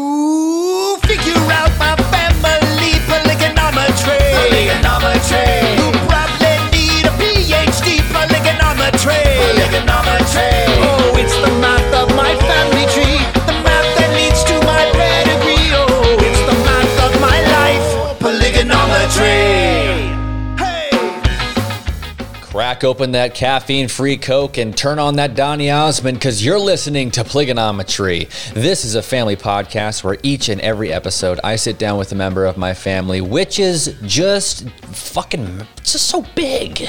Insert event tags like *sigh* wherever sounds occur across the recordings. to figure out my family polygonometry. Polygonometry. You probably need a PhD polygonometry. Polygonometry. Oh, it's the math of my family tree. The math that leads to my pedigree. Oh, it's the math of my life. Polygonometry. Hey! Crack open that caffeine free Coke and turn on that Donny Osmond because you're listening to Pligonometry. This is a family podcast where each and every episode I sit down with a member of my family, which is just fucking just so big.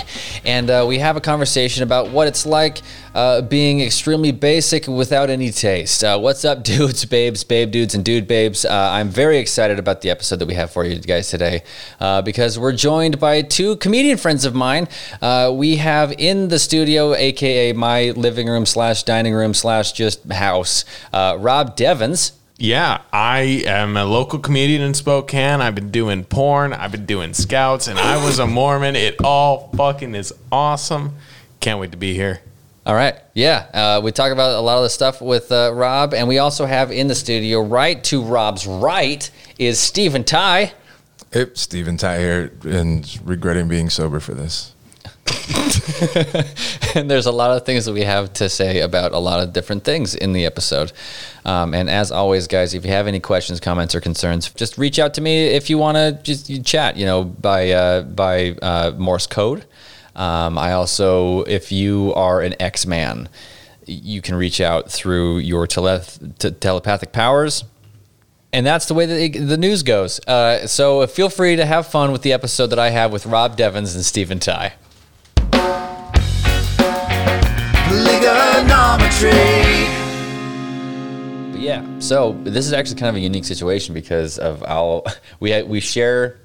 And uh, we have a conversation about what it's like uh, being extremely basic without any taste. Uh, what's up, *laughs* dudes, babes, babe dudes, and dude babes? Uh, I'm very excited about the episode that we have for you guys today uh, because we're joined by two comedian friends of mine. Uh, we have in the studio, aka my living room slash dining room slash just house, uh, Rob Devens. Yeah, I am a local comedian in Spokane. I've been doing porn, I've been doing scouts, and I *laughs* was a Mormon. It all fucking is awesome. Can't wait to be here. All right. Yeah. Uh, we talk about a lot of the stuff with uh, Rob, and we also have in the studio, right to Rob's right, is Stephen Ty. Yep, Steven Ty here, and regretting being sober for this. and *laughs* there's a lot of things that we have to say about a lot of different things in the episode. Um, and as always, guys, if you have any questions, comments, or concerns, just reach out to me if you want to just you chat. You know, by uh, by uh, Morse code. Um, I also, if you are an X man, you can reach out through your teleth- t- telepathic powers. And that's the way that it, the news goes. Uh, so feel free to have fun with the episode that I have with Rob Devens and Stephen Ty. Polygonometry. But yeah, so this is actually kind of a unique situation because of our *laughs* we we share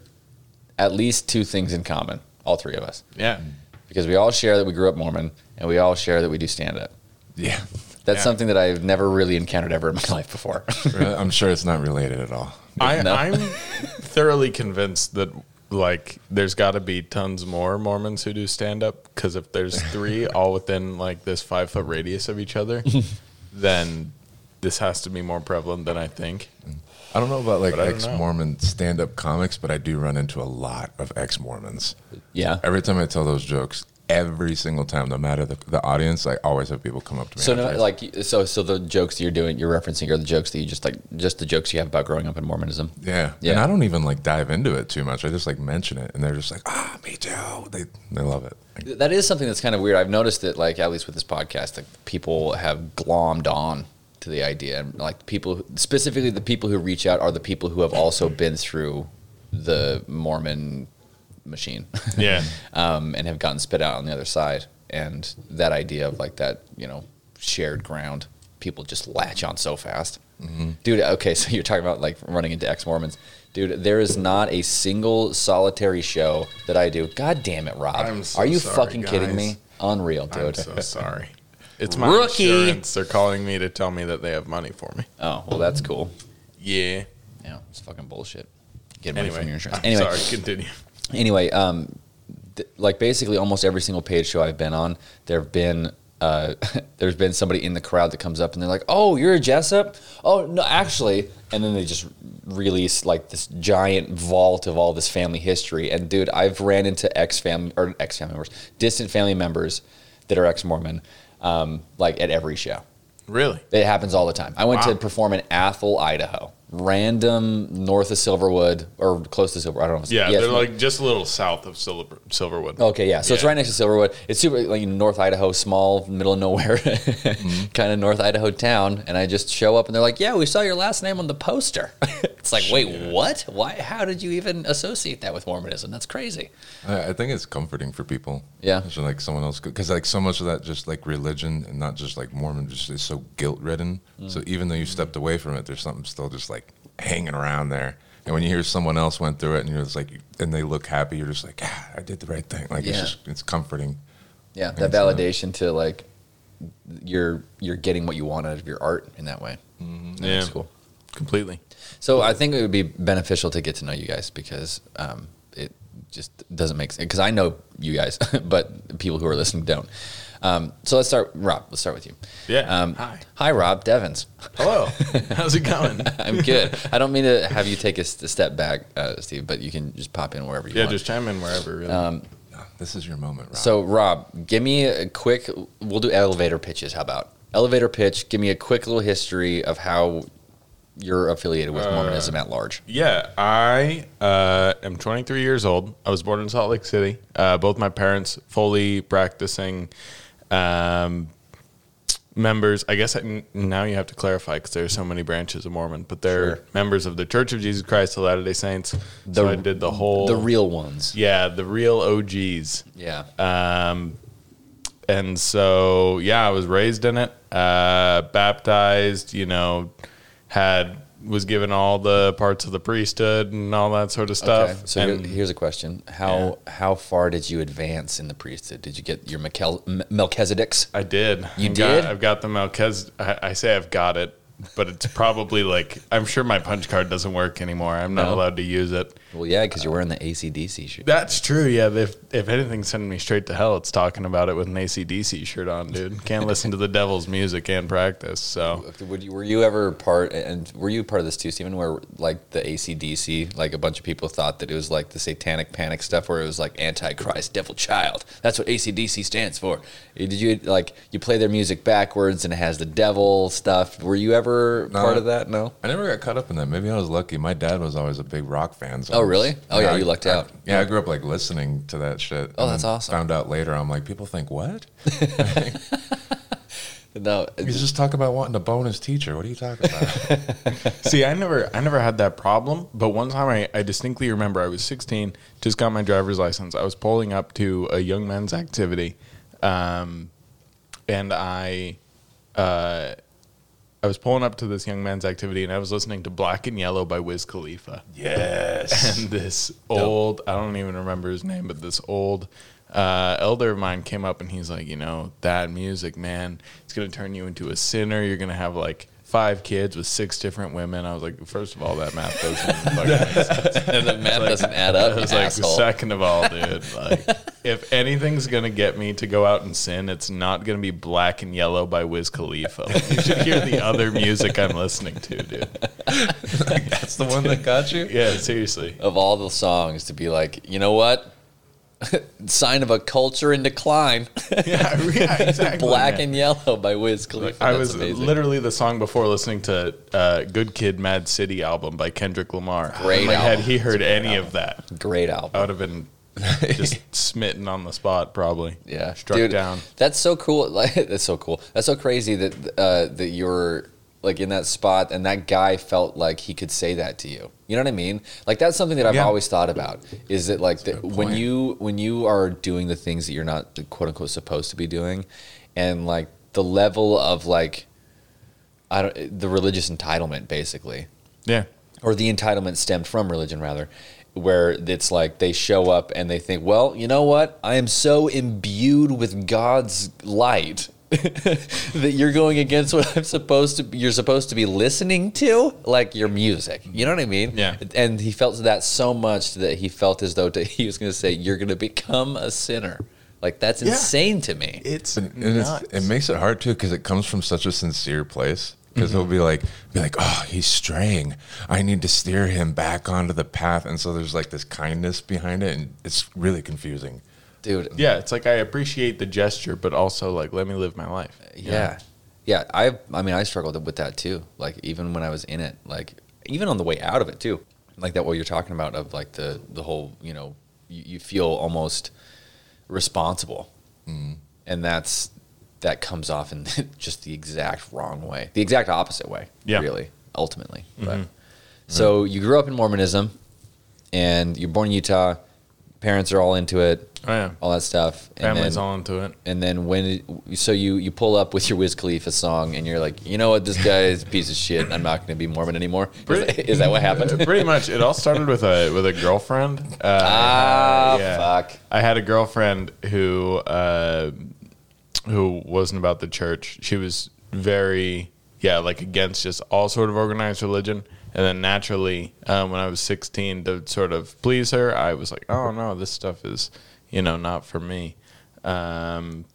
at least two things in common, all three of us, Yeah. because we all share that we grew up Mormon and we all share that we do stand up. Yeah, That's Yeah. something that I've never really encountered ever in my *laughs* life before. I'm sure it's not related at all. I, No. I'm thoroughly convinced that like there's got to be tons more Mormons who do stand up because if there's *laughs* three all within like this five foot radius of each *laughs* other, then this has to be more prevalent than I think. I don't know about like But I don't know. ex-Mormon stand-up comics, but I do run into a lot of ex-Mormons. yeah. Every time I tell those jokes, every single time, no matter the, the audience, I always have people come up to me. So no, after. like so so the jokes that you're doing, you're referencing are the jokes that you just like just the jokes you have about growing up in Mormonism. yeah, Yeah. and I don't even like dive into it too much. I just like mention it, and they're just like, ah, me too. They they love it. Like, That is something that's kind of weird. I've noticed that, like, at least with this podcast, like, people have glommed on to the idea, and like, people specifically the people who reach out are the people who have also been through the Mormon machine, Yeah. *laughs* um, and have gotten spit out on the other side. And that idea of like that, you know, shared ground, people just latch on so fast. Mm-hmm. Dude, okay, *laughs* so you're talking about like running into ex Mormons. Dude, there is not a single solitary show that I do. God damn it, Rob. I'm so Are you sorry, fucking kidding guys. me? Unreal, I'm dude. so sorry. It's my Rookie. insurance. They're calling me to tell me that they have money for me. *laughs* oh, well, that's cool. Yeah. Yeah, it's fucking bullshit. Get money Anyway, from your insurance. *laughs* I'm Anyway, sorry. Continue. anyway, um, th- like basically almost every single paid show I've been on, there've been uh, *laughs* there's been somebody in the crowd that comes up and they're like, "Oh, you're a Jessup? Oh, no, actually." And then they just release like this giant vault of all this family history. And dude, I've ran into ex family or ex family members, distant family members that are ex Mormon, um, like at every show. Really? It happens all the time. I went Wow. to perform in Athol, Idaho, random north of Silverwood or close to Silver. I don't know. if it's- Yeah, it's they're like just a little south of Silver, Silverwood. Okay, yeah. So it's Yeah. right next to Silverwood. It's super like in North Idaho, small, middle of nowhere, Mm-hmm. *laughs* kind of North Idaho town. And I just show up, and they're like, "Yeah, we saw your last name on the poster." *laughs* it's like, wait, what? Why? How did you even associate that with Mormonism? That's crazy. I, I think it's comforting for people. Yeah. Just, like someone else, because like so much of that, just like religion and not just like Mormon, just is so guilt ridden. Mm. So even though you stepped away from it, there's something still just like hanging around there. And when you hear someone else went through it, and you're just like, and they look happy, you're just like, ah, I did the right thing. Like it's Yeah. just it's comforting. Yeah, that Thanks, man. validation to like you're you're getting what you want out of your art in that way. Mm-hmm. Yeah. That's cool. Completely. So I think it would be beneficial to get to know you guys because *laughs* um, it just doesn't make sense. Because I know you guys, but people who are listening don't. Um, so let's start, Rob. Let's start with you. Yeah. Um, Hi. Hi, Rob Devins. Hello. How's it going? *laughs* I'm good. I don't mean to have you take a, s- a step back, uh, Steve, but you can just pop in wherever you Yeah, want. just chime in wherever. Uh, Really. This is your moment, Rob. So, Rob, give me a quick. We'll do elevator pitches. How about elevator pitch? Give me a quick little history of how you're affiliated with Mormonism at large. Yeah, I uh, am 23 years old. I was born in Salt Lake City. Uh, both my parents fully practicing um, members. I guess I, n- now you have to clarify because there are so many branches of Mormon, but they're Sure. members of the Church of Jesus Christ of Latter Day Saints. so I did the whole The real ones. yeah, the real OGs. Yeah. and so yeah, I was raised in it, uh, baptized. You know, had was given all the parts of the priesthood and all that sort of stuff. okay. So and here- here's a question: How how far did you advance in the priesthood? Did you get your Melchel- M- Melchizedek's? I did. You I've got- did? I've got the Melchizedek. I, I say I've got it, but it's probably like I'm sure my punch card doesn't work anymore. I'm not No. allowed to use it. Well, yeah, because you're wearing the ACDC shoe. That's true. Yeah. If if anything's sending me straight to hell, it's talking about it with an ACDC shirt on, dude. Can't listen to the devil's music and practice. So Would you, were you ever part and were you part of this too, Stephen? Where like the ACDC, like a bunch of people thought that it was like the Satanic Panic stuff, where it was like Antichrist, Devil Child. That's what ACDC stands for. Eh, Did you like you play their music backwards and it has the devil stuff? Were you ever No. part of that? No. I never got caught up in that. Maybe I was lucky. My dad was always a big rock fan. So Oh, really? Oh, yeah, I- you lucked I- out. Yeah, I grew up like listening to that shit. Oh, and that's then awesome. Found out later, I'm like, people think what? No. He's just talking about wanting to bone his teacher. What are you talking about? *laughs* See, I never, I never had that problem. But one time, I, I distinctly remember I was 16, just got my driver's license. I was pulling up to a young men's activity, um, and I, uh, I was pulling up to this young men's activity, and I was listening to Black and Yellow by Wiz Khalifa, yes. *laughs* and this old, I don't even remember his name, but this old. Uh, elder of mine came up and he's like, you know, that music, man, it's gonna turn you into a sinner. You're gonna have like five kids with six different women. I was like, first of all, that math doesn't fucking make sense. and the math doesn't add *laughs* up. I was you like, asshole. second of all, *laughs* dude, like, if anything's gonna get me to go out and sin, it's not gonna be "Black and Yellow" by Wiz Khalifa. Like, you should hear the *laughs* other music I'm listening to, dude. That's the one that got you? Yeah, seriously. *laughs* of all the songs to be like, you know what? *laughs* Sign of a culture in decline. *laughs* Yeah, I- yeah, exactly. Black man. and Yellow by Wiz Khalifa. *laughs* I That's was amazing. literally the song before listening to uh, "Good Kid, Mad City" album by Kendrick Lamar. Great In my head, album. he heard any of that, great album. I would have been Oh, just *laughs* smitten on the spot, probably. *laughs* Yeah, struck Dude, down. That's so cool. *laughs* Like, that's so cool. That's so crazy that uh, that you're like in that spot, and that guy felt like he could say that to you. You know what I mean? Like that's something that I've Yeah. always thought about. Is that like the, good when point. you when you are doing the things that you're not quote unquote supposed to be doing, and like the level of like I don't the religious entitlement basically Yeah, or the entitlement stemmed from religion rather where it's like they show up and they think well you know what i am so imbued with god's light *laughs* that you're going against what i'm supposed to be you're supposed to be listening to like your music you know what i mean Yeah. and he felt that so much that *laughs* he felt as though to, he was going to say you're going to become a sinner like that's Yeah. insane to me *laughs* it's And it's, nuts. it makes it hard too because it comes from such a sincere place. Because Mm-hmm. he'll be like, be like, oh, he's straying. I need to steer him back onto the path. And so there's like this kindness behind it, and it's really confusing. dude Yeah, it's like I appreciate the gesture, but also like let me live my life. Yeah. Yeah. I I mean I struggled with that too. Like even when I was in it, like even on the way out of it too. Like that what you're talking about of like the the whole, you know, you, you feel almost responsible. Mm-hmm. And that's that comes off in *laughs* just the exact wrong way. The exact opposite way, Yeah. Mm-hmm. really, ultimately. But so you grew up in Mormonism and you're born in Utah, parents are all into it, Oh yeah, all that stuff. and family's then- all into it. and then when it, so you you pull up with your Wiz Khalifa song and you're like, you know what, this guy is a piece of shit. I'm not going to be Mormon anymore. Is, Pretty- *laughs* is that what happened? Uh, *laughs* Pretty much, it all started with a with a girlfriend. Uh, Ah, yeah. fuck. I had a girlfriend who uh, who wasn't about the church. She was very yeah, like against just all sort of organized religion. And then naturally, um, when I was 16, to sort of please her, I was like, oh no, this stuff is you know not for me. Um,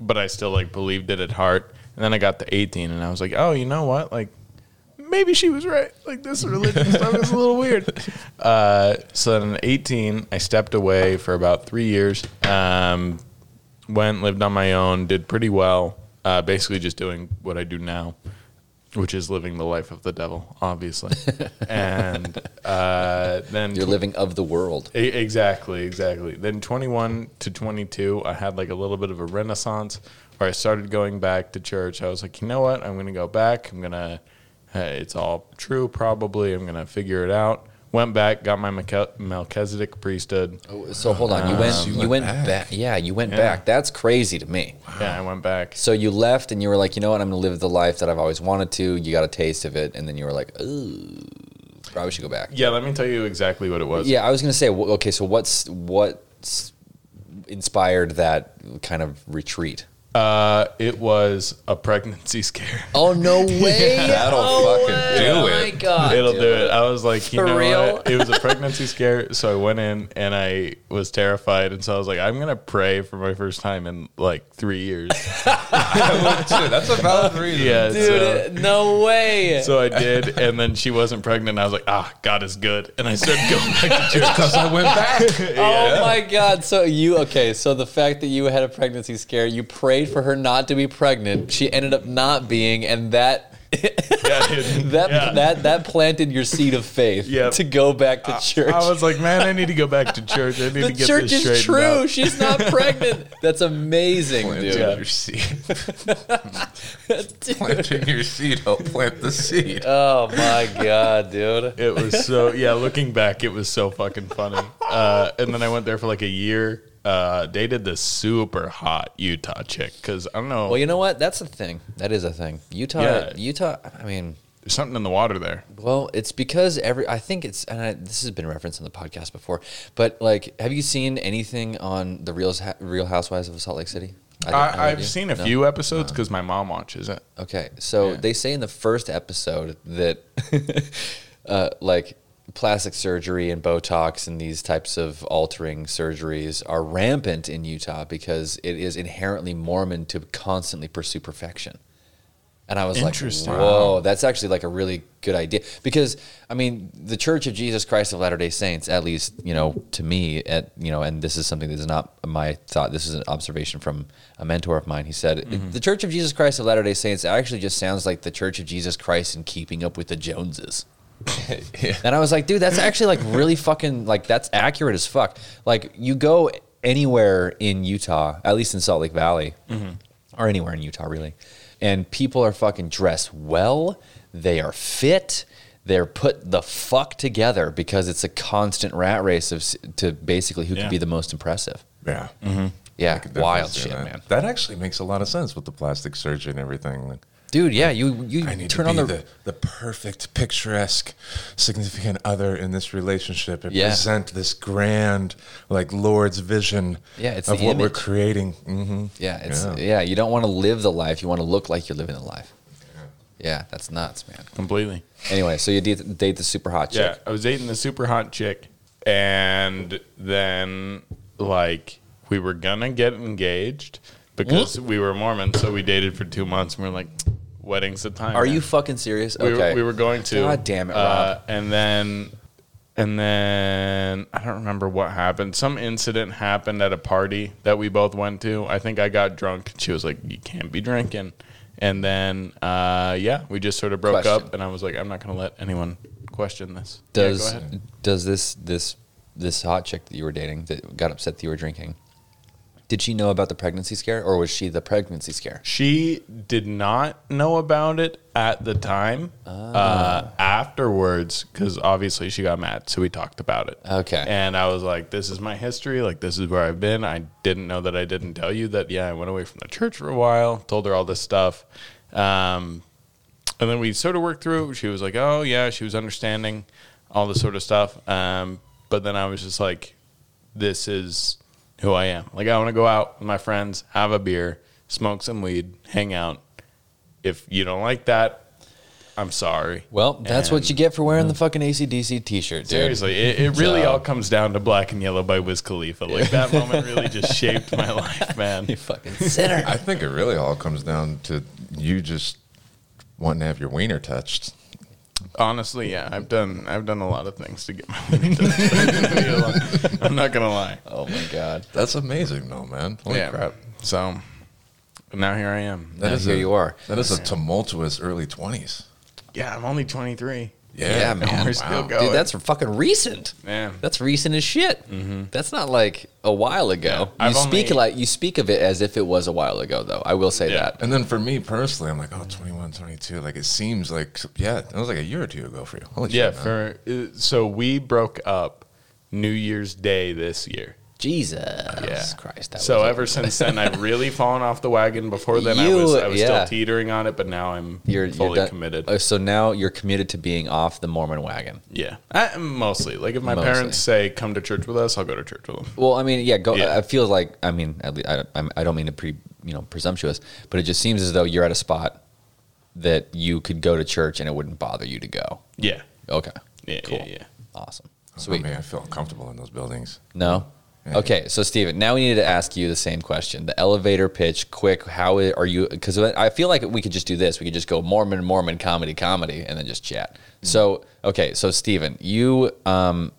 but I still like believed it at heart. And then I got to 18 and I was like, oh, you know what? Like, maybe she was right. Like, this religion stuff is a little weird. Uh, so then at 18, I stepped away for about three years. Um, went, lived on my own, did pretty well. Uh, basically, just doing what I do now, which is living the life of the devil, obviously. and uh, then You're living of the world. E- Exactly, exactly. Then 21 to 22, I had like a little bit of a renaissance where I started going back to church. I was like, you know what? I'm going to go back. I'm going to, it's all true probably. I'm going to figure it out. Went back, got my Melch- Melchizedek priesthood. Oh, So hold on, you went, so Um, you went back. Yeah, you went back. That's crazy to me. Yeah, I went back. So you left and you were like, you know what? I'm going to live the life that I've always wanted to. You got a taste of it, and then you were like, ooh, probably should go back. Yeah, let me tell you exactly what it was. Yeah, I was going to say, wh- okay, so what's what's inspired that kind of retreat? Uh, it was a pregnancy *laughs* scare. Oh *laughs* no way! That'll oh, fucking way. do oh it. my god! It'll dude. do it. I was like, you For know real? what? It was *laughs* a pregnancy scare, so I went in and I was terrified, and so I was like, I'm gonna pray for my first time in like *laughs* three years. That's a valid *laughs* reason. yeah, Dude, so, no way! so I did, and then she wasn't pregnant. And I was like, ah, God is good, and I started *laughs* going back to church. Because I went *laughs* back. Oh my god! So you okay? So the fact that you had a pregnancy scare, you prayed for her not to be pregnant. She ended up not being, and that *laughs* Yeah, dude. that Yeah. that that planted your seed of faith Yep. to go back to church. I was like, man, I need to go back to church. I need the to get church this is straightened true. out. She's *laughs* not pregnant. That's amazing, Planting dude. your seed. *laughs* Dude. Planting your seed. Help plant the seed. Oh my god, dude. It was so yeah. Looking back, it was so fucking funny. Uh, and then I went there for like a year. Uh, dated this super hot Utah chick because I don't know Well, you know what? That's a thing. That is a thing. Utah, Yeah. Utah. I mean, there's something in the water there. well, it's because every. I think it's, and I, this has been referenced on the podcast before. But like, have you seen anything on the Real Real Housewives of Salt Lake City? I don't- I don't I, know. I've seen a No? few episodes because my mom watches it. Okay, so they say in the first episode that, *laughs* uh, like, plastic surgery and Botox and these types of altering surgeries are rampant in Utah because it is inherently Mormon to constantly pursue perfection. And I was like, Interesting. whoa, that's actually like a really good idea. Because, I mean, the Church of Jesus Christ of Latter day Saints, at least, you know, to me, at, you know, and this is something that is not my thought. This is an observation from a mentor of mine. He said, the Church of Jesus Christ of Latter day Saints actually just sounds like the Church of Jesus Christ in keeping up with the Joneses. And I was like, dude, that's actually like really fucking like that's accurate as fuck. Like you go anywhere in Utah, at least in Salt Lake Valley, or anywhere in Utah really, and people are fucking dressed well. They are fit. They're put the fuck together because it's a constant rat race of s- to basically who Yeah. can be the most impressive. Yeah. Yeah, Definitely mm-hmm. wild see shit, that. man. That actually makes a lot of sense with the plastic surgery and everything. Like, Dude, yeah, you you I need turn to on be the, the, the, perfect, picturesque, significant other in this relationship and Yeah. present this grand, like Lord's vision Yeah, it's of the what we're image. creating. hmm yeah, it's Yeah. yeah. You don't want to live the life. You want to look like you're living the life. Yeah, that's nuts, man. Completely. Anyway, so you date, date the super hot chick. Yeah, I was dating the super hot chick, and then like we were gonna get engaged because we were Mormon, so we dated for two months, and we are like, wedding's the time. Are man." you fucking serious? We, okay. were, we were going to. God damn it, Uh, and then, and then I don't remember what happened. Some incident happened at a party that we both went to. I think I got drunk. She was like, "You can't be drinking." And then, uh, yeah, we just sort of broke Question. up. And I was like, "I'm not going to let anyone question this." Yeah, go does ahead. does this this this hot chick that you were dating that got upset that you were drinking? Did she know about the pregnancy scare, or was she the pregnancy scare? She did not know about it at the time. Ah. Uh, afterwards, because obviously she got mad, so we talked about it. Okay. And I was like, "This is my history. Like, this is where I've been. I didn't know that I didn't tell you that. Yeah, I went away from the church for a while. Told her all this stuff. Um, and then we sort of worked through. it. She was like, "Oh yeah," she was understanding all this sort of stuff. Um, but then I was just like, "This is who I am. Like, I want to go out with my friends, have a beer, smoke some weed, hang out. If you don't like that, I'm sorry. Well, that's what And- you get for wearing the fucking ACDC t-shirt, dude. Seriously, it, it really So- all comes down to Black and Yellow by Wiz Khalifa. Like that moment really just shaped my life, man. *laughs* You fucking sinner. I think it really all comes down to you just wanting to have your wiener touched. Honestly, yeah, I've done I've done a lot of things to get my winning *laughs* touch. I'm not gonna lie. oh my god. That's amazing, though, man. Holy yeah. crap. So now here I am. That Now is here a- you are. That is a tumultuous early 20s. Yeah, I'm only 23. Yeah, Yeah, And man. we're still wow. going. Dude, that's fucking recent. Yeah. That's recent as shit. That's not like a while ago. Mm-hmm. Yeah. you I've speak only- like you speak of it as if it was a while ago, though. I will say Yeah. that. And then for me personally, I'm like, oh, 21, 22. Like, it seems like, yeah, that was like a year or two ago for you. Holy yeah. shit, man. For uh, so we broke up New Year's Day this year. Jesus Yeah. Christ. That so was ever since *laughs* then, I've really fallen off the wagon. Before then, I You- was, I was yeah. still teetering on it, but now I'm you're, you're fully done- committed. Oh, so now you're committed to being off the Mormon wagon. yeah, I, mostly. Like if my Mostly. parents say come to church with us, I'll go to church with them. Well, I mean, yeah, go. Yeah. I feel like I mean, at least, I, I'm- I don't mean to pre, you know, presumptuous, but it just seems as though you're at a spot that you could go to church and it wouldn't bother you to go. Yeah, Okay, yeah, Cool. yeah, yeah. awesome, I sweet. mean, I feel uncomfortable in those buildings. No, Yeah. okay. So, Steven, now we need to ask you the same question: the elevator pitch, quick. How i- are you? Because I feel like we could just do this. We could just go Mormon, Mormon, comedy, comedy, and then just chat. Mm-hmm. So, okay, so Steven, you um,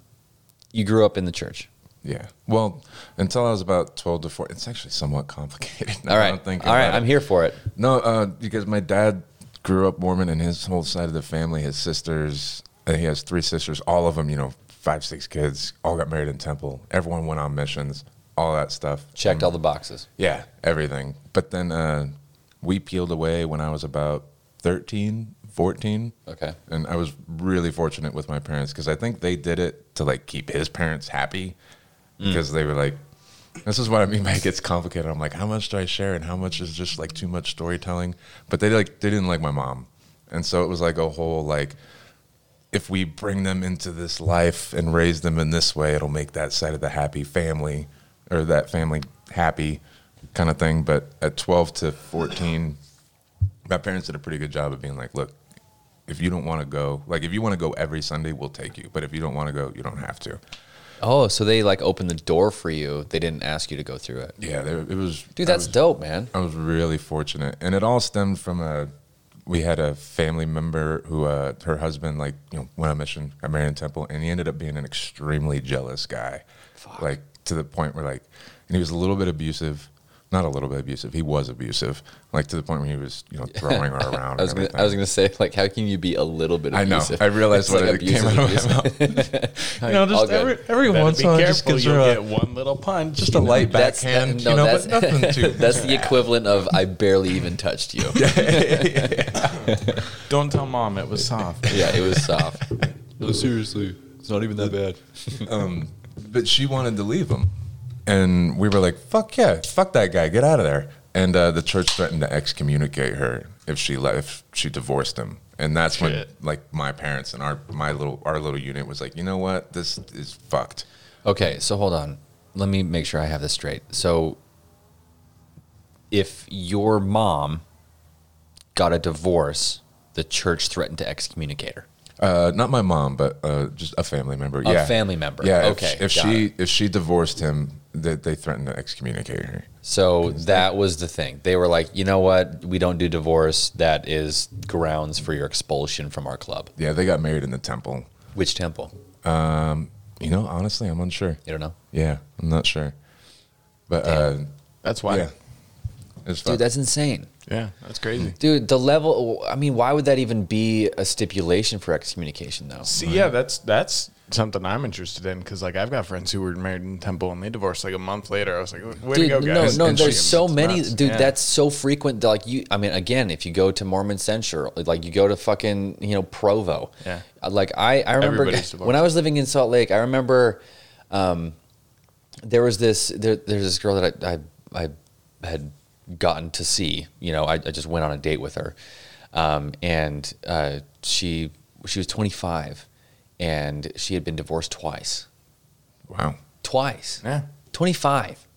you grew up in the church. Yeah. Well, until I was about 12 to 14, it's actually somewhat complicated. *laughs* All I right, don't think all right. about I'm it. here for it. No, uh, because my dad grew up Mormon, and his whole side of the family, his sisters, uh, he has three sisters, all of them, you know, five, six kids, all got married in temple. Everyone went on missions, all that stuff. Checked all the boxes. Yeah, everything. But then uh, we peeled away when I was about 13, 14. Okay. And I was really fortunate with my parents because I think they did it to like keep his parents happy because they were like, this is what I mean by it gets complicated. I'm like, how much do I share and how much is just like too much storytelling? But they like they didn't like my mom. And so it was like a whole like if we bring them into this life and raise them in this way, it'll make that side of the happy family or that family happy kind of thing. But at 12 to 14, my parents did a pretty good job of being like, look, if you don't want to go, like if you want to go every Sunday, we'll take you. But if you don't want to go, you don't have to. Oh, so they like opened the door for you. They didn't ask you to go through it. Yeah, there, it was. Dude, I that's was- dope, man. I was really fortunate, and it all stemmed from a. We had a family member who, uh, her husband, like you know, went on mission, got married in temple, and he ended up being an extremely jealous guy, like to the point where like, and he was a little bit abusive, not a little bit abusive, he was abusive, like to the point where he was you know throwing her around. *laughs* I was, and gonna, everything. I was gonna say, like, how can you be a little bit I know. abusive? I realized It's what like it came out abusive, of my mouth. *laughs* you know, All just good. every, every Better once be in a while, just careful. gives You'll her get a, one little punch. just a light That's the- backhand, no, you know, that's, but nothing *laughs* too. that's the equivalent of I barely even *laughs* touched you. Yeah, Don't tell mom it was soft. it was soft. No, seriously, it's not even that bad. but she wanted to leave him. And we were like, fuck yeah, fuck that guy, get out of there. And uh, the church threatened to excommunicate her if she left, if she divorced him. And that's when, Shit. like, my parents and our my little our little unit was like, you know what, this is fucked. Okay, so hold on. Let me make sure I have this straight. So, if your mom got a divorce, the church threatened to excommunicate her. Uh, not my mom, but uh, just a family member. A yeah, family member. Yeah. if- Okay, If, got she if she divorced him, they, they threatened to excommunicate her. So that was the thing. They were like, you know what? We don't do divorce. That is grounds for your expulsion from our club. Yeah, they got married in the temple. Which temple? You know, honestly, I'm unsure. You don't know. Yeah, I'm not sure. But uh, That's why. yeah, Yeah, it's fucked. Dude, that's insane. that's crazy. Mm. Dude, the level, I mean, why would that even be a stipulation for excommunication, though? See, yeah, that's that's something I'm interested in because like I've got friends who were married in temple and they divorced like a month later. I was like, way Dude, to go, guys! no, no, And there's chickens, so it's many. nuts. Dude, Yeah. that's so frequent. that, Like, you, I mean, again, if you go to Mormon Censure, like you go to fucking, you know, Provo. Yeah. Uh, Like, I, I remember Everybody's divorced. when I was living in Salt Lake, I remember um, there was this, there, there's this girl that I, I, I had gotten to see. You know, I, I just went on a date with her. Um, and uh, she, she was 25 and she had been divorced twice Wow. twice. Yeah. 25.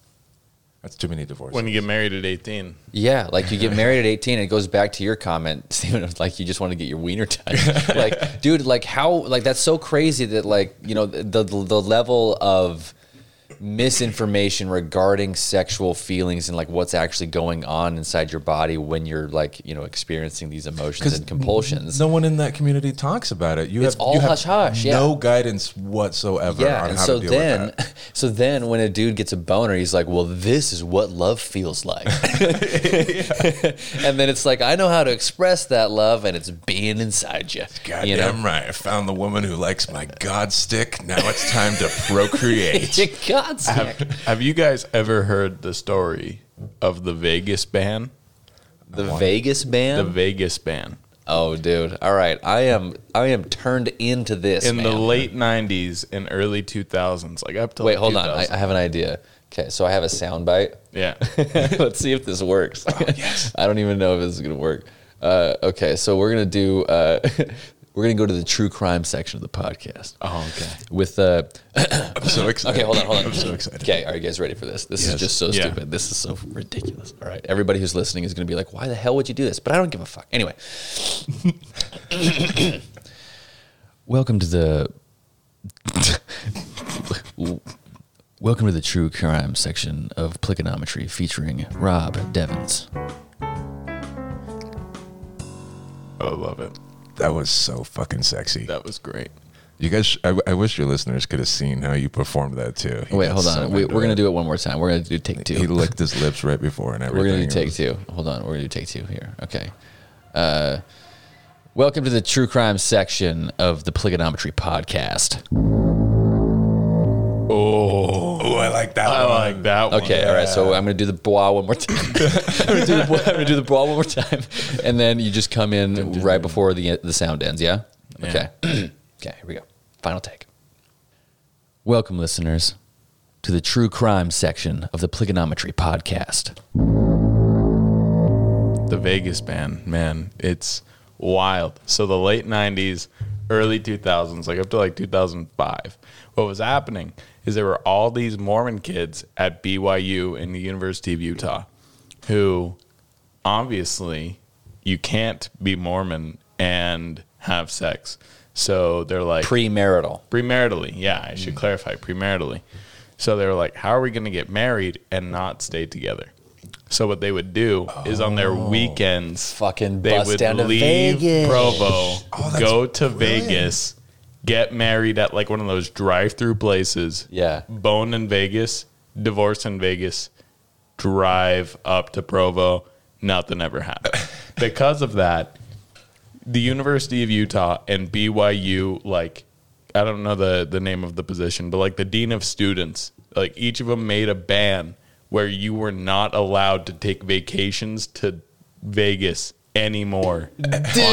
That's too many divorces. When you get married at 18, Yeah, like you get married at 18, and it goes back to your comment, *laughs* Steven, of like you just want to get your wiener touched. like, dude, like how, like that's so crazy that like you know the the, the level of misinformation regarding sexual feelings and like what's actually going on inside your body when you're like you know experiencing these emotions 'Cause and compulsions. no one in that community talks about it. You It's have all you have hush-hush, yeah. No guidance whatsoever yeah, on and how so to deal then, with that. *laughs* so then when a dude gets a boner, he's like, "Well, this is what love *laughs* feels like," and then it's like, "I know how to express that love, and it's being inside you." God you know? *laughs* damn right. I found the woman who likes my God stick. Now it's time to *laughs* procreate. Your God's have, *laughs* have you guys ever heard the story of the Vegas ban? The Vegas band. The Vegas ban. oh, dude. All right, I am. I am turned into this. in the man. late 90s and early 2000s like up to Wait, like hold on. I, 2000. I have an idea. Okay, so I have a sound bite. *laughs* yeah Let's see if this works. Oh, *laughs* I don't even know if this is gonna work. Uh, okay, so we're gonna do. Uh, *laughs* we're gonna go to the true crime section of the podcast. oh okay With uh, I'm so excited. okay, hold on, hold on. I'm so excited. Okay, are you guys ready for this? This is just so Yeah. stupid. This is so ridiculous. All right, everybody who's listening is gonna be like, "Why the hell would you do this?" But I don't give a fuck. Anyway, *coughs* welcome to the *laughs* welcome to the true crime section of Pliconometry featuring Rob Devins. i love it That was so fucking sexy. that was great You guys, sh- I, I wish your listeners could have seen how you performed that too. He Wait, got hold so on. We, into we're gonna do it one more time. We're gonna do take two. He licked his lips right before and We're everything. gonna do It take was- two. Hold on, we're gonna do take two here. Okay. Uh, welcome to the true crime section of the Pligonometry podcast. Oh, I like that i one. like that one Okay, all right. So I'm gonna do the bois one more time. *laughs* I'm, gonna do the bois, I'm gonna do the bois one more time, and then you just come in right before the the sound ends. Yeah. Okay. *clears throat* okay. Here we go. Final take. Welcome, listeners, to the true crime section of the Pligonometry podcast. the vegas ban man it's wild so the late 90s early 2000s like up to like 2005 what was happening is there were all these mormon kids at byu and the university of utah who obviously you can't be mormon and have sex so they're like Premarital. premaritally. Yeah, I Mm. should clarify premaritally. So they were like, "How are we going to get married and not stay together?" So what they would do is on their weekends, Oh. Fucking they bust would down to leave Vegas. Oh, Provo, that's go to brilliant. Vegas, get married at like one of those drive-through places. Yeah. bone in Vegas, divorce in Vegas, drive up to Provo. Nothing ever happened because of that the University of Utah and BYU, like I don't know the the name of the position, but like the dean of students, like each of them made a ban where you were not allowed to take vacations to Vegas anymore.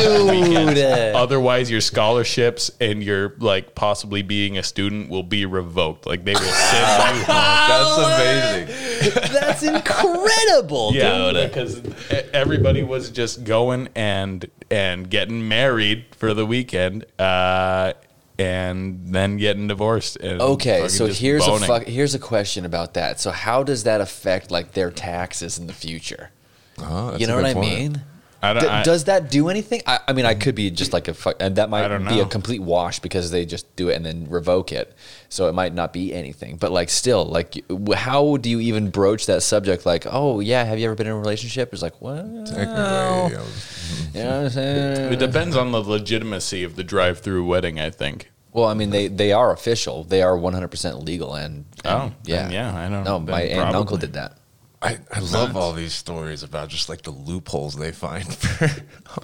Dude. Otherwise, your scholarships and your like possibly being a student will be revoked. Like they *laughs* will send you home. That's amazing. That's incredible, Yeah, dude. because e- everybody was just going and and getting married for the weekend, uh, and then getting divorced. And Okay, fucking so just here's a boning. fuck, here's a question about that. So how does that affect like their taxes in the future? Oh, that's you a know what good I point. mean? I don't, D- I- does that do anything? I, I mean, I could be just like a fuck, and that might I don't be a know. complete wash because they just do it and then revoke it. So it might not be anything, but like still, like w- how do you even broach that subject? Like, oh yeah, have you ever been in a relationship? It's like, what? Technically, yeah, You know what I'm saying? it depends on the legitimacy of the drive-through wedding. I think. Well, I mean, they, they are official. They are 100% legal. And, Oh, yeah. then yeah, I don't- know. No, then my aunt and probably. uncle did that. I, I love all these stories about just like the loopholes they find *laughs* for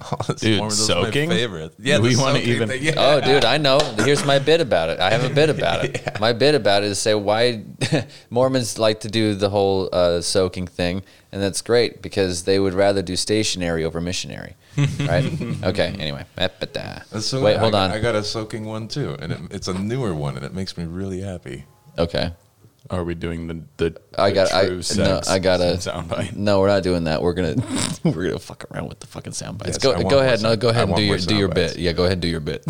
all this Dude, Mormon- those are soaking? My favorite. Yeah, We the wanna soaking even- thing, yeah. Oh, dude, I know. Here's my bit about it. I have a bit *laughs* about it. My bit about it is say why *laughs* Mormons like to do the whole uh, soaking thing, and that's great because they would rather do stationary *laughs* over missionary, right? okay. Anyway, That's so- wait, hold I, on. I got a soaking one too, and it, it's a newer one, and it makes me really happy. okay. Are we doing the the, I the got- I- true no, sex I gotta- soundbite? No, we're not doing that. We're gonna *laughs* we're gonna fuck around with the fucking sound Yes, bites. I go want go more ahead. No, sound- go I ahead and want do more your do your sound bites. *laughs* bit. *laughs* Yeah, go ahead and do your bit.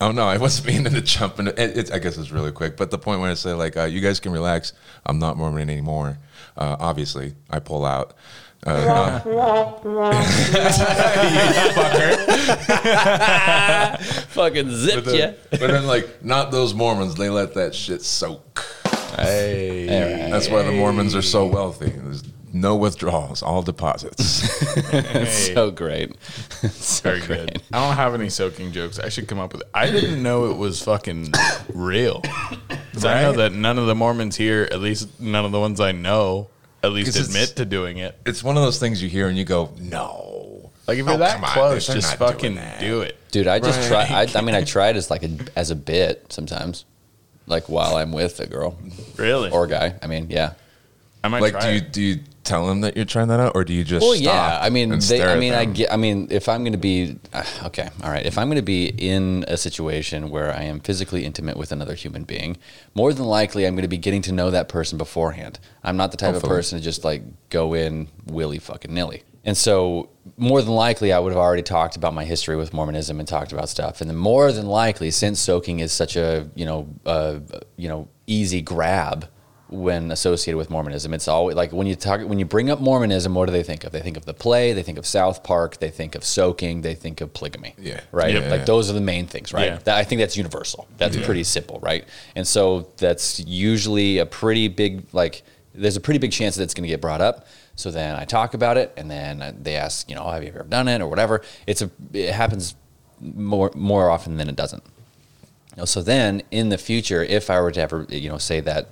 Oh no, I wasn't *laughs* meaning to jump into it. It's I guess it's really quick, but the point where I say like, uh, you guys can relax. I'm not Mormon anymore. Uh, obviously, I pull out. Uh, no. Fucking but, zipped *laughs* then, you. *laughs* but then, like, not those Mormons. They let that shit soak. Hey. That's why the Mormons are so wealthy. There's no withdrawals, all deposits. *laughs* So great. *laughs* Very good. I don't have any soaking jokes. I should come up with. I didn't know it was fucking *laughs* real. 'Cause I know that none of the Mormons here, at least none of the ones I know, at least 'Cause it's- admit to doing it. it's one of those things you hear and you go, no. Like if you're Oh, that come on, close, they're not just doing fucking that. do it. Dude, I just try. I, I mean, I try it as like a, as a bit sometimes, like while I'm with a girl Really? or a guy. I mean, yeah. I might Like, try do you it. do you tell them that you're trying that out, or do you just? Well, stop yeah. I mean, and they, stare I at mean, I them? get. I mean, if I'm going to be uh, okay, all right. If I'm going to be in a situation where I am physically intimate with another human being, more than likely, I'm going to be getting to know that person beforehand. I'm not the type Hopefully. of person to just like go in willy fucking nilly. And so, more than likely, I would have already talked about my history with Mormonism and talked about stuff. And then, more than likely, since soaking is such a you know, uh, you know, easy grab when associated with Mormonism. It's always like when you talk when you bring up Mormonism, what do they think of? They think of the play, they think of South Park, they think of soaking, they think of polygamy. Yeah. Right? Yep. Like those are the main things, right? Yeah. That, I think that's universal. That's pretty simple, right? And so that's usually a pretty big like there's a pretty big chance that it's going to get brought up. So then I talk about it and then they ask, you know, "Oh, have you ever done it or whatever. It's a it happens more more often than it doesn't. You know, so then in the future, if I were to ever, you know, say that,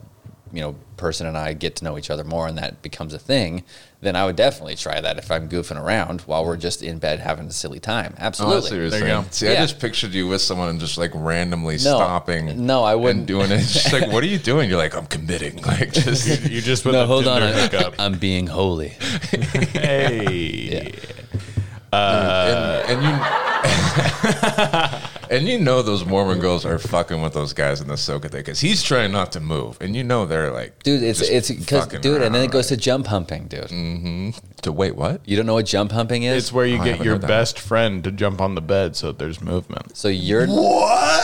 you know, person and I get to know each other more and that becomes a thing, then I would definitely try that if I'm goofing around while we're just in bed having a silly Oh, time. I see what Absolutely. you're There you saying. go. See, I Yeah. just pictured you with someone and just like randomly stopping. No, I wouldn't. And doing *laughs* it. She's like, what are you doing? You're like, I'm committing. *laughs* Like, just you just with no, the hold on. Tinder I, hookup. *laughs* I'm being holy. hey. and, and you. *laughs* and you know those Mormon girls are fucking with those guys in the soca thing because he's trying not to move, and you know they're like, Dude, it's just it's because fucking dude, and then around, it goes like, to jump humping, dude. to wait. What? You don't know what jump humping is? Mm. It's where you I get haven't your heard that. best friend to jump on the bed so that there's movement. so you're What?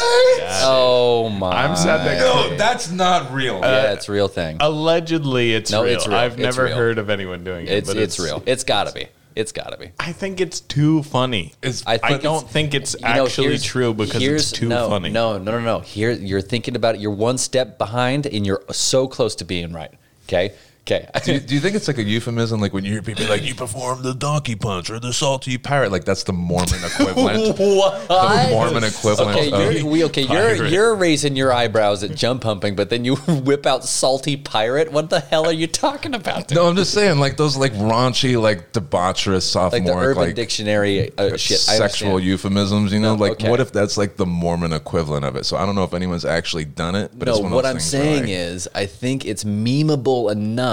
Oh my I'm sad that uh, No, that's not real. Yeah, it's a real thing. *laughs* allegedly it's, No, real. it's real. I've It's never real. heard of anyone doing it. it's, but it's real. It's gotta be. It's gotta be. I think it's too funny. It's- I, I think don't it's- think it's You know, actually here's- true because it's here's- too no, funny. No, no, no, no. Here, you're thinking about it. You're one step behind, and you're so close to being right. Okay, okay. Do you, *laughs* do you think it's like a euphemism? Like when you hear people like, you perform the donkey punch or the salty parrot, like that's the *laughs* Mormon equivalent. the what? Mormon equivalent Okay, of you're, we, okay, you're Pirate. you're raising your eyebrows at jump humping, but then you *laughs* whip out salty pirate. What the hell are you talking about? dude? No, I'm just saying, like those like raunchy, like debaucherous like the sophomore, Urban like, Dictionary uh, shit. I sexual understand. euphemisms. You know, No, like okay. what if that's like the Mormon equivalent of it? So I don't know if anyone's actually done it. But no, it's one of what those I'm things where, saying like, is, I think it's memeable enough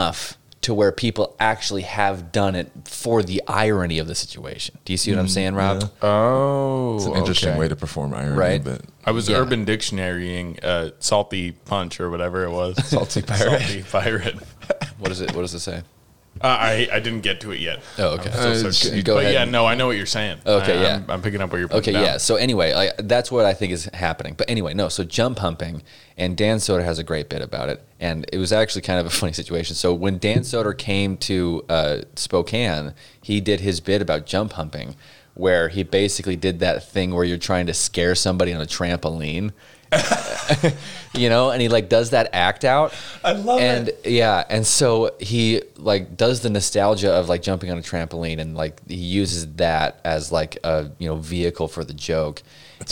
to where people actually have done it for the irony of the situation. Do you see what Mm, I'm saying, Rob? Oh, it's an interesting way to perform irony, Right. But I was Yeah. Urban Dictionarying uh, salty punch or whatever *laughs* it was. Salty pirate. Salty pirate. What is it? What does it say? Uh, I I didn't get to it yet. Oh, okay. I'm still Uh, searching. go but ahead yeah, and- no, I know what you're saying. Okay, I, yeah. I'm, I'm picking up what you're. Okay, putting down. yeah. So anyway, like, that's what I think is happening. But anyway, no. So jump humping, and Dan Soder has a great bit about it, and it was actually kind of a *laughs* funny situation. So when Dan Soder came to uh, Spokane, he did his bit about jump humping, where he basically did that thing where you're trying to scare somebody on a trampoline. *laughs* you know, and he like does that act out. I love and, And yeah, and so he like does the nostalgia of like jumping on a trampoline and like he uses that as like a you know vehicle for the joke.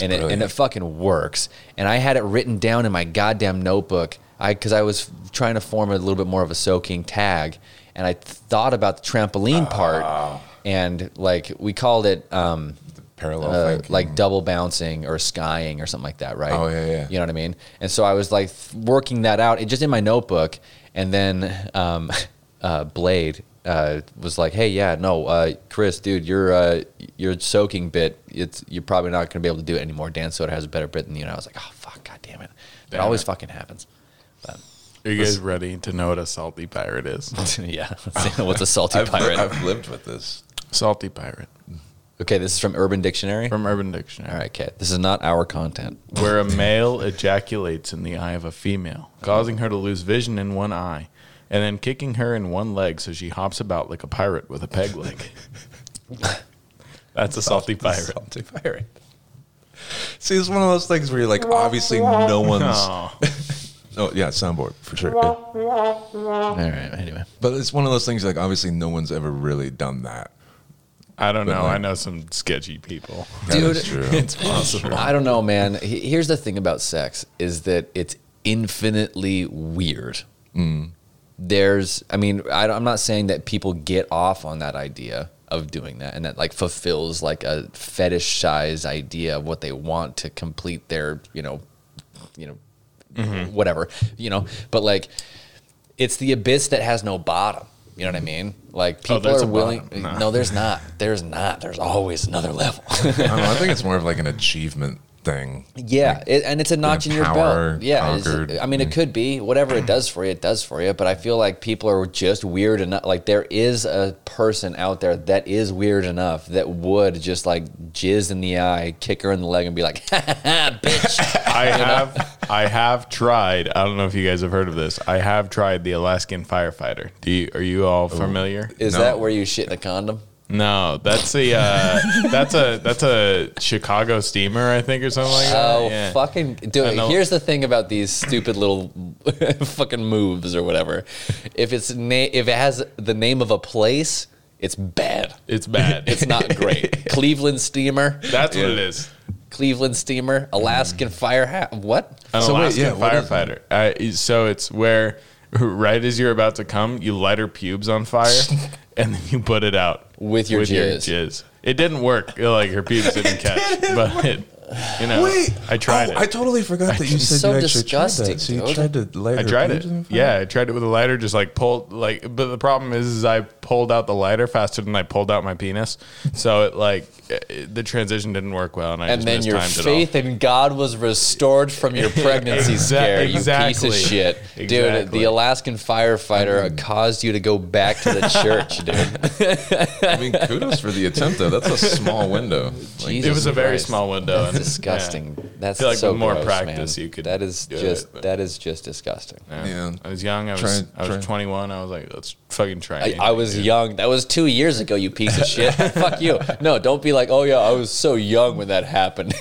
and it and it brilliant. fucking works. And I had it written down in my goddamn notebook. I because I was trying to form a little bit more of a soaking tag, and I thought about the trampoline part, and like we called it. um parallel uh, thinking. like double bouncing or skying or something like that, right? Oh, yeah, yeah. You know what I mean? And so I was like th- working that out, it just in my notebook, and then um, *laughs* uh, Blade uh, was like, "Hey, yeah, no, uh, Chris, dude, your uh, your soaking bit, it's you're probably not going to be able to do it anymore. Dan Soder has a better bit than you." And I was like, "Oh fuck, god damn it, that Damn always it. fucking happens." Are you guys ready to know what a salty pirate is? *laughs* *laughs* yeah, what's a salty I've, li- pirate? I've lived with this. salty pirate. Okay, this is from Urban Dictionary. From Urban Dictionary. All right, okay. This is not our content. where a male ejaculates in the eye of a female, causing her to lose vision in one eye, and then kicking her in one leg so she hops about like a pirate with a peg leg. *laughs* That's a salty pirate. Salty pirate. See, it's one of those things where you're like, obviously, *laughs* no one's. Oh, Oh yeah, soundboard for sure. Yeah. All right, anyway. But it's one of those things like obviously no one's ever really done that. I don't know. like- I know some sketchy people. That is Dude. *laughs* true. It's possible. I don't know, man. He- Here's the thing about sex is that it's infinitely weird. There's, I mean, I, am not saying that people get off on that idea of doing that and that like fulfills like a fetish size idea of what they want to complete their, you know, you know, Mm-hmm. whatever, you know, but like it's the abyss that has no bottom. You know what I mean? Like Oh, people there's are a willing. bottom. No. no, there's not. There's not. There's always another level. *laughs* I, don't know, I think it's more of like an achievement thing. Yeah, it, and it's a notch in your power belt. Yeah, it's- conquered. I mean, it could be whatever it does for you. It does for you, but I feel like people are just weird enough. Like there is a person out there that is weird enough that would just like jizz in the eye, kick her in the leg, and be like, *laughs* "Ha ha, ha, "Bitch." *laughs* I have I have tried. I don't know if you guys have heard of this. I have tried the Alaskan firefighter. Do you, are you all familiar? Is No. that where you shit in a condom? No, that's a uh, that's a that's a Chicago steamer, I think, or something like that. Oh, Yeah. fucking I dude! know. Here's the thing about these stupid little *laughs* fucking moves or whatever. If it's na- if it has the name of a place, it's bad. It's bad. It's *laughs* not great. Cleveland steamer. That's what it is. Cleveland steamer, Mm. Alaskan fire hat. What? An So wait, Alaskan yeah, what is firefighter. Uh, so it's where right as you're about to come, you light her pubes on fire, and then you put it out With your jizz. It didn't work. Like her pubes didn't catch, but it, you know, I tried Oh, it. I totally forgot that you It's said so you actually disgusting, tried that. So you dude. tried to light I her tried it. fuse on fire? Yeah, I tried it with a lighter. Just like pulled, like, but the problem is, is I pulled out the lighter faster than I pulled out my penis. So it like it, the transition didn't work well, and I And just then your mistimed it all. faith in God was restored from *laughs* your pregnancy Exa- scare, you exactly. piece of shit. Dude, Exactly. Mm. the Alaskan firefighter caused you to go back to the church, *laughs* dude. I mean, kudos for the attempt though. *laughs* That's a small window. Like, Jesus It was a very Christ. small window. That's and- *laughs* disgusting. That's I feel like so with more gross, practice, man. you could That is do just it, but- that is just disgusting. Yeah. Yeah. I was young. I was Try- I was try. 21. I was like, let's fucking try. I, anything, I was dude. young. That was two years ago, you piece of *laughs* shit. Fuck you. No, don't be like, oh yeah, I was so young when that happened.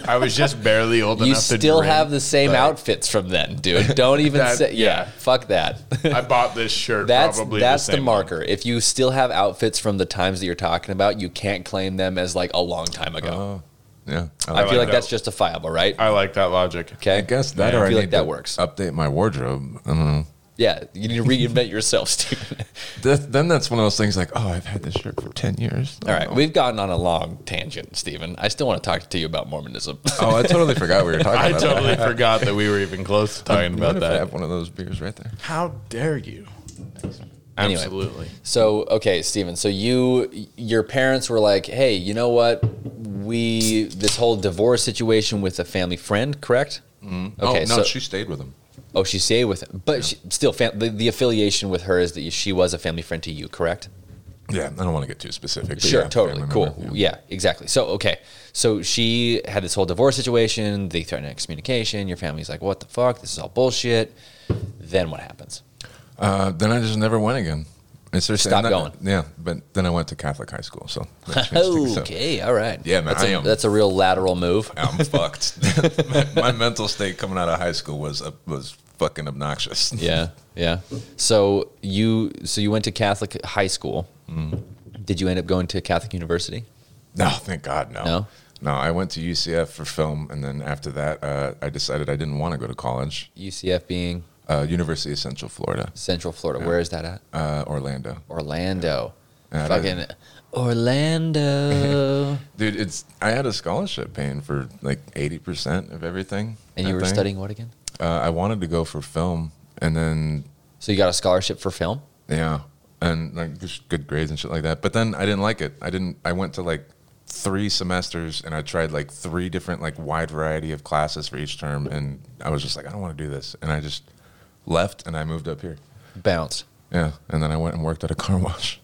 *laughs* I was just barely old you enough to still drink. have the same outfits from then, dude. Don't even That- say, yeah, yeah. fuck that. *laughs* I bought this shirt. That's probably that's the, the, same marker. If you still have outfits from the times that you're talking about, you can't claim them as like a long time ago. oh, yeah. I, I like feel like like that. that's justifiable, right? One. I like that logic. Okay, I guess that Yeah. or I I, feel like need that to works. Update my wardrobe. I don't know. yeah, you need to reinvent yourself, *laughs* Stephen. That, then that's one of those things like, oh, I've had this shirt for ten years. Oh, All right, we've gotten on a long tangent, Stephen. I still want to talk to you about Mormonism. *laughs* Oh, I totally forgot we were talking *laughs* I about totally that. forgot that we were even close to talking What about if I have that. one of those beers right there. How dare you? Anyway. Absolutely. So okay, Steven, so you your parents were like, "Hey, you know what? We this whole divorce situation with a family friend, correct?" Mm-hmm. Okay, oh no, so she stayed with him. oh, she stayed with him, but she, still fam- the, the affiliation with her is that she was a family friend to you, correct? Yeah, I don't want to get too specific. but Sure, yeah, totally. family Cool. member, yeah. exactly. So, okay. So she had this whole divorce situation. They threatened excommunication. Your family's like, what the fuck? This is all bullshit. Then what happens? Uh, then I just never went again. It's just, and Stop that- going. Yeah, but then I went to Catholic high school, so that *laughs* changed things up. Okay, all right. Yeah, man, that's I a- am- that's a real lateral move. *laughs* I'm fucked. my, *laughs* my mental state coming out of high school was uh, was fucking obnoxious. Yeah, yeah. So you so you went to Catholic high school. Mm-hmm. Did you end up going to Catholic university? *laughs* No, thank God, no. No? No, I went to UCF for film, and then after that, uh, I decided I didn't want to go to college. UCF being Uh, University of Central Florida, Central Florida. Where is that at? uh, Orlando. Orlando. Yeah, that Fucking *laughs* Orlando. Dude, it's I had a scholarship paying for like eighty percent of everything. and I you were think. studying what again? Uh, I wanted to go for film, and then So you got a scholarship for film? yeah, and like just good grades and shit like that. But then I didn't like it. I didn't. I went to like three semesters, and I tried like three different like wide variety of classes for each term, and I was just like, I don't want to do this, and I just left, and I moved up here. Bounced. Yeah, and then I went and worked at a car wash.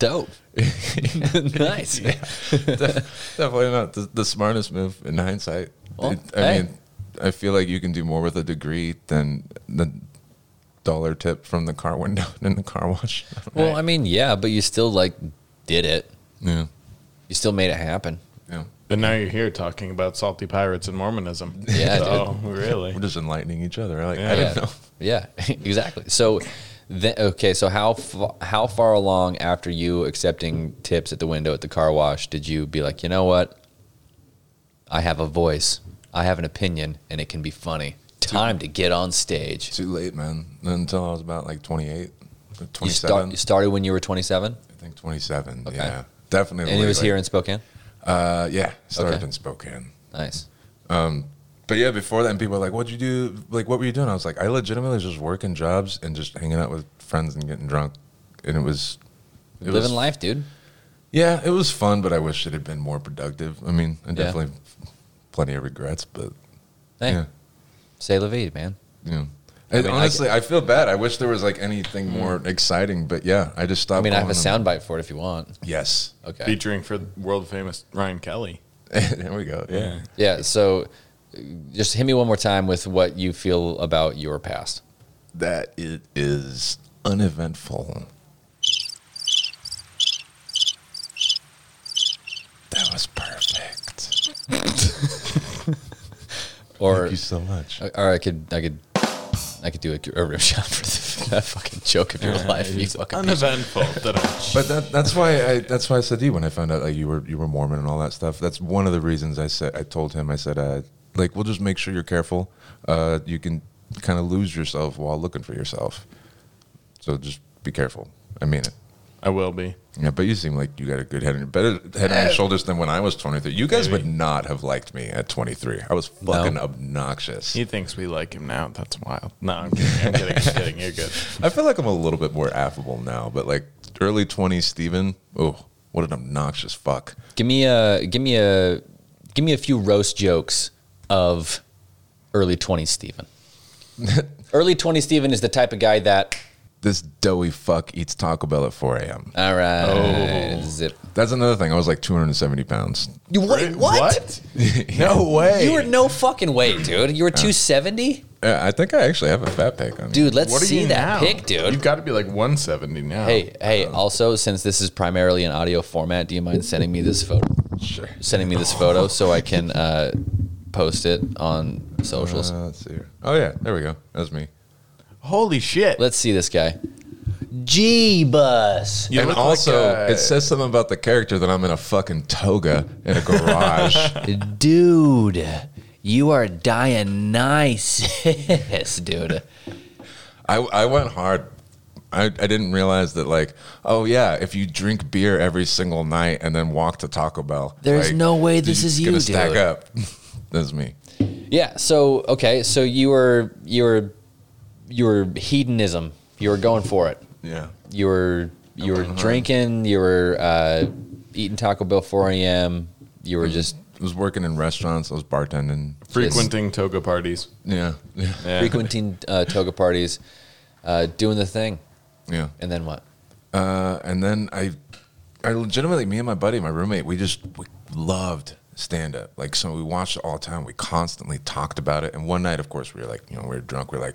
Dope. *laughs* *laughs* nice. Definitely not the, the smartest move in hindsight. Well, It- I hey. mean, I feel like you can do more with a degree than the dollar tip from the car window *laughs* in the car wash. *laughs* Well, I mean, yeah, but you still like did it. yeah, You still made it happen. yeah. And now you're here talking about salty pirates and Mormonism. Yeah, Oh, really? We're just enlightening each other. I like. I Yeah. don't know. *laughs* *laughs* Yeah, exactly. So, then, okay, so how fa- how far along after you accepting tips at the window at the car wash did you be like, you know what? I have a voice, I have an opinion, and it can be funny. Time to get on stage. Too late, man. Until I was about like 28, or You, start, 27. you started when you were 27, I think 27. Okay. Yeah, definitely. and it was like- here in Spokane. Uh, yeah, started Okay. in Spokane. Nice. But yeah, before that, and people were like, "What'd you do? Like, what were you doing?" I was like, "I legitimately was just working jobs and just hanging out with friends and getting drunk." And it was, it Living was, life, dude. Yeah, it was fun, but I wish it had been more productive. I mean, I Yeah. definitely plenty of regrets, but Hey, yeah, say la vie, man. you know. mean, And I Mm. honestly, I, feel bad. I wish there was like anything more exciting, but yeah, I just stopped. I mean, I have a going and- soundbite for it if you want. Yes, Okay. Featuring for world famous Ryan Kelly. *laughs* there we go. Yeah, Yeah. So uh, just hit me one more time with what you feel about your past. that it is uneventful. That was perfect. Or, uh, so much. or I could, I could, I could do a, a rim shot for the, *laughs* that fucking joke of your life. You fucking piece of- Uneventful. Ta-da. But that, that's why I that's why I said to you when I found out like you were you were Mormon and all that stuff. That's one of the reasons I said I told him I said uh, like we'll just make sure you're careful. Uh, you can kind of lose yourself while looking for yourself. So just be careful. I mean it. I will be. Yeah, but you seem like you got a good head on your better head on your shoulders than when I was 23. You guys Maybe. would not have liked me at 23. I was No. fucking obnoxious. He thinks we like him now. That's wild. No, I'm kidding. I'm kidding. I'm kidding. You're good. I feel like I'm a little bit more affable now, but like early 20s Steven, oh, what an obnoxious fuck. give me a, give me a, give me a few roast jokes of early 20s *laughs* Steven. early 20s Steven is the type of guy that, This doughy fuck eats Taco Bell at 4 a.m. all right, Oh. zip. That's another thing. I was like 270 pounds. You, wait, what? *laughs* no way. You were no fucking way, dude. You were Uh. 270? Yeah, I think I actually have a fat pic on me. Dude, let's What are see you that now? Uh. pic, dude. You've got to be like 170 now. Hey, hey. Also, since this is primarily an audio format, do you mind sending me this photo? Sure. Sending me this photo so I can uh, post it on socials. Uh, let's see here. Oh, yeah. There we go. That's me. Holy shit. Let's see this guy. G bus. You and look like uh, also, a- it says something about the character that I'm in a fucking toga in a *laughs* garage. Dude, you are Dionysus, dude. I, I went hard. I, I didn't realize that, like, oh, yeah, if you drink beer every single night and then walk to Taco Bell, There's like, no way this you're is you, gonna stack dude. up. *laughs* That's me. Yeah. So okay. So you were you were you were hedonism. You were going for it. Yeah. you were you were drinking, you were uh, eating Taco Bell 4 a.m. You were just I was working in restaurants, I was bartending. Frequenting toga parties. Eh. Yeah. Yeah. Yeah. frequenting uh, toga parties, uh, doing the thing, Yeah. and then what? Uh, and then I, I legitimately, me and my buddy, my roommate, we just we loved stand up. Like, so we watched it all the time. We constantly talked about it. And one night, of course, we were like, you know, we were drunk. We are like,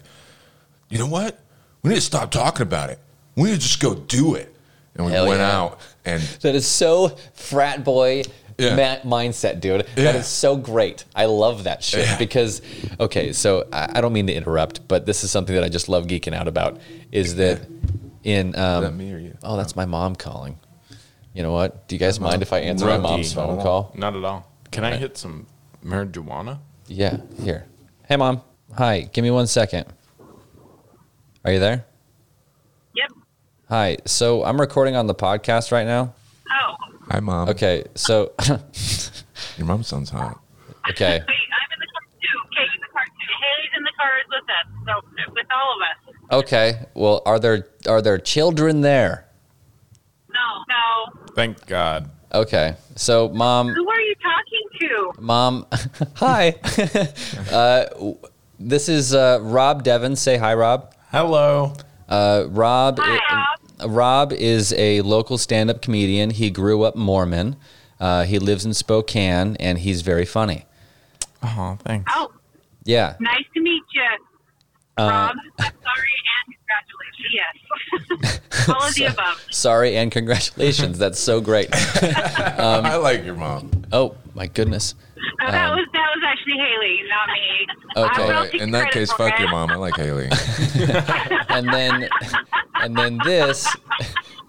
you know what? We need to stop talking about it. We need to just go do it. And we Hell went yeah. out and That is so frat boy Yeah. ma- mindset, dude. That Yeah. is so great. I love that shit Yeah. because okay, so I, I don't mean to interrupt, but this is something that I just love geeking out about. Is that in um, that me or you? Oh, that's my mom calling. You know what? Do you Uh-huh. guys mind if I answer my Rookie. mom's phone call? Not at all. Can I hit some marijuana? Yeah, here. Hey, mom. Hi. Give me one second. Are you there? Yep. Hi. So I'm recording on the podcast right now. Oh, hi, mom. Okay. So, *laughs* Your mom sounds hot. okay. wait, I'm in the car too. Kate's in the car too. Hayes in the car is with us. So with all of us. Okay. Well, are there are there children there? No, no. Thank God. Okay. So, mom, Who are you talking to? mom, *laughs* hi. uh, w- this is uh, Rob Devon. Say hi, Rob. Hello. Uh, Rob. Hi, i- Rob. Rob is a local stand up comedian. He grew up Mormon. Uh, he lives in Spokane and he's very funny. Oh, thanks. Oh, Yeah. nice to meet you, Uh, Rob. I'm sorry and congratulations. *laughs* Yes. All of the above. Sorry and congratulations. That's so *laughs* great. Um, I like your mom. Oh, my goodness. Oh, that was that was actually Haley, not me. um, Okay. I will All right, take in that credit case, for fuck it. your mom. I like Haley. and then and then this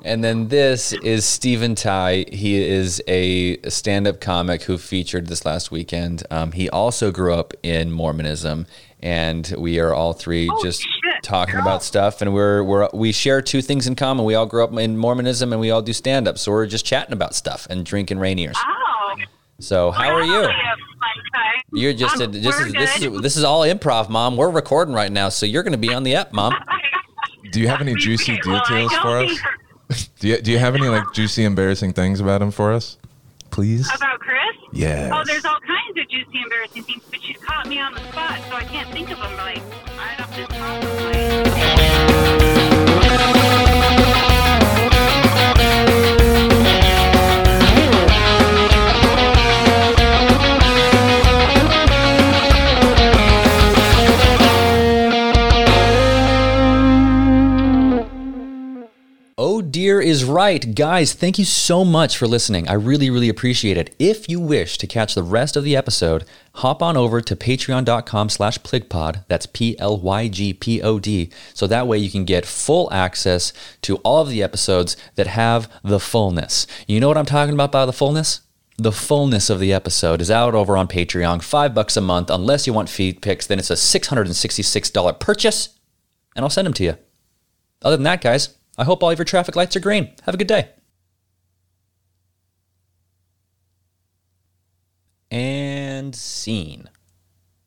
and then this is Stephen Ty. He is a stand-up comic who featured this last weekend. Um, he also grew up in Mormonism, and we are all three Oh, just shit. talking about stuff. And we're we're we share two things in common. We all grew up in Mormonism, and we all do stand-up. So we're just chatting about stuff and drinking rain ears. Oh. So how are you? You're just a, Um, this we're is this good. is this is all improv, mom. We're recording right now, so you're going to be on the app, mom. Do you have *laughs* any juicy details for us? Do you, do you have any like juicy, embarrassing things about him for us? Please. About Chris? Yes. Oh, there's all kinds of juicy, embarrassing things, but you caught me on the spot, so I can't think of them. Like, right off the top of my Oh Dear is Right. Guys, thank you so much for listening. I really, really appreciate it. If you wish to catch the rest of the episode, hop on over to patreon.com slash pligpod. That's P-L-Y-G-P-O-D. So that way you can get full access to all of the episodes that have the fullness. You know what I'm talking about by the fullness? The fullness of the episode is out over on Patreon, five bucks a month. Unless you want feed pics, then it's a $666 purchase, and I'll send them to you. Other than that, guys, I hope all of your traffic lights are green. Have a good day. And scene.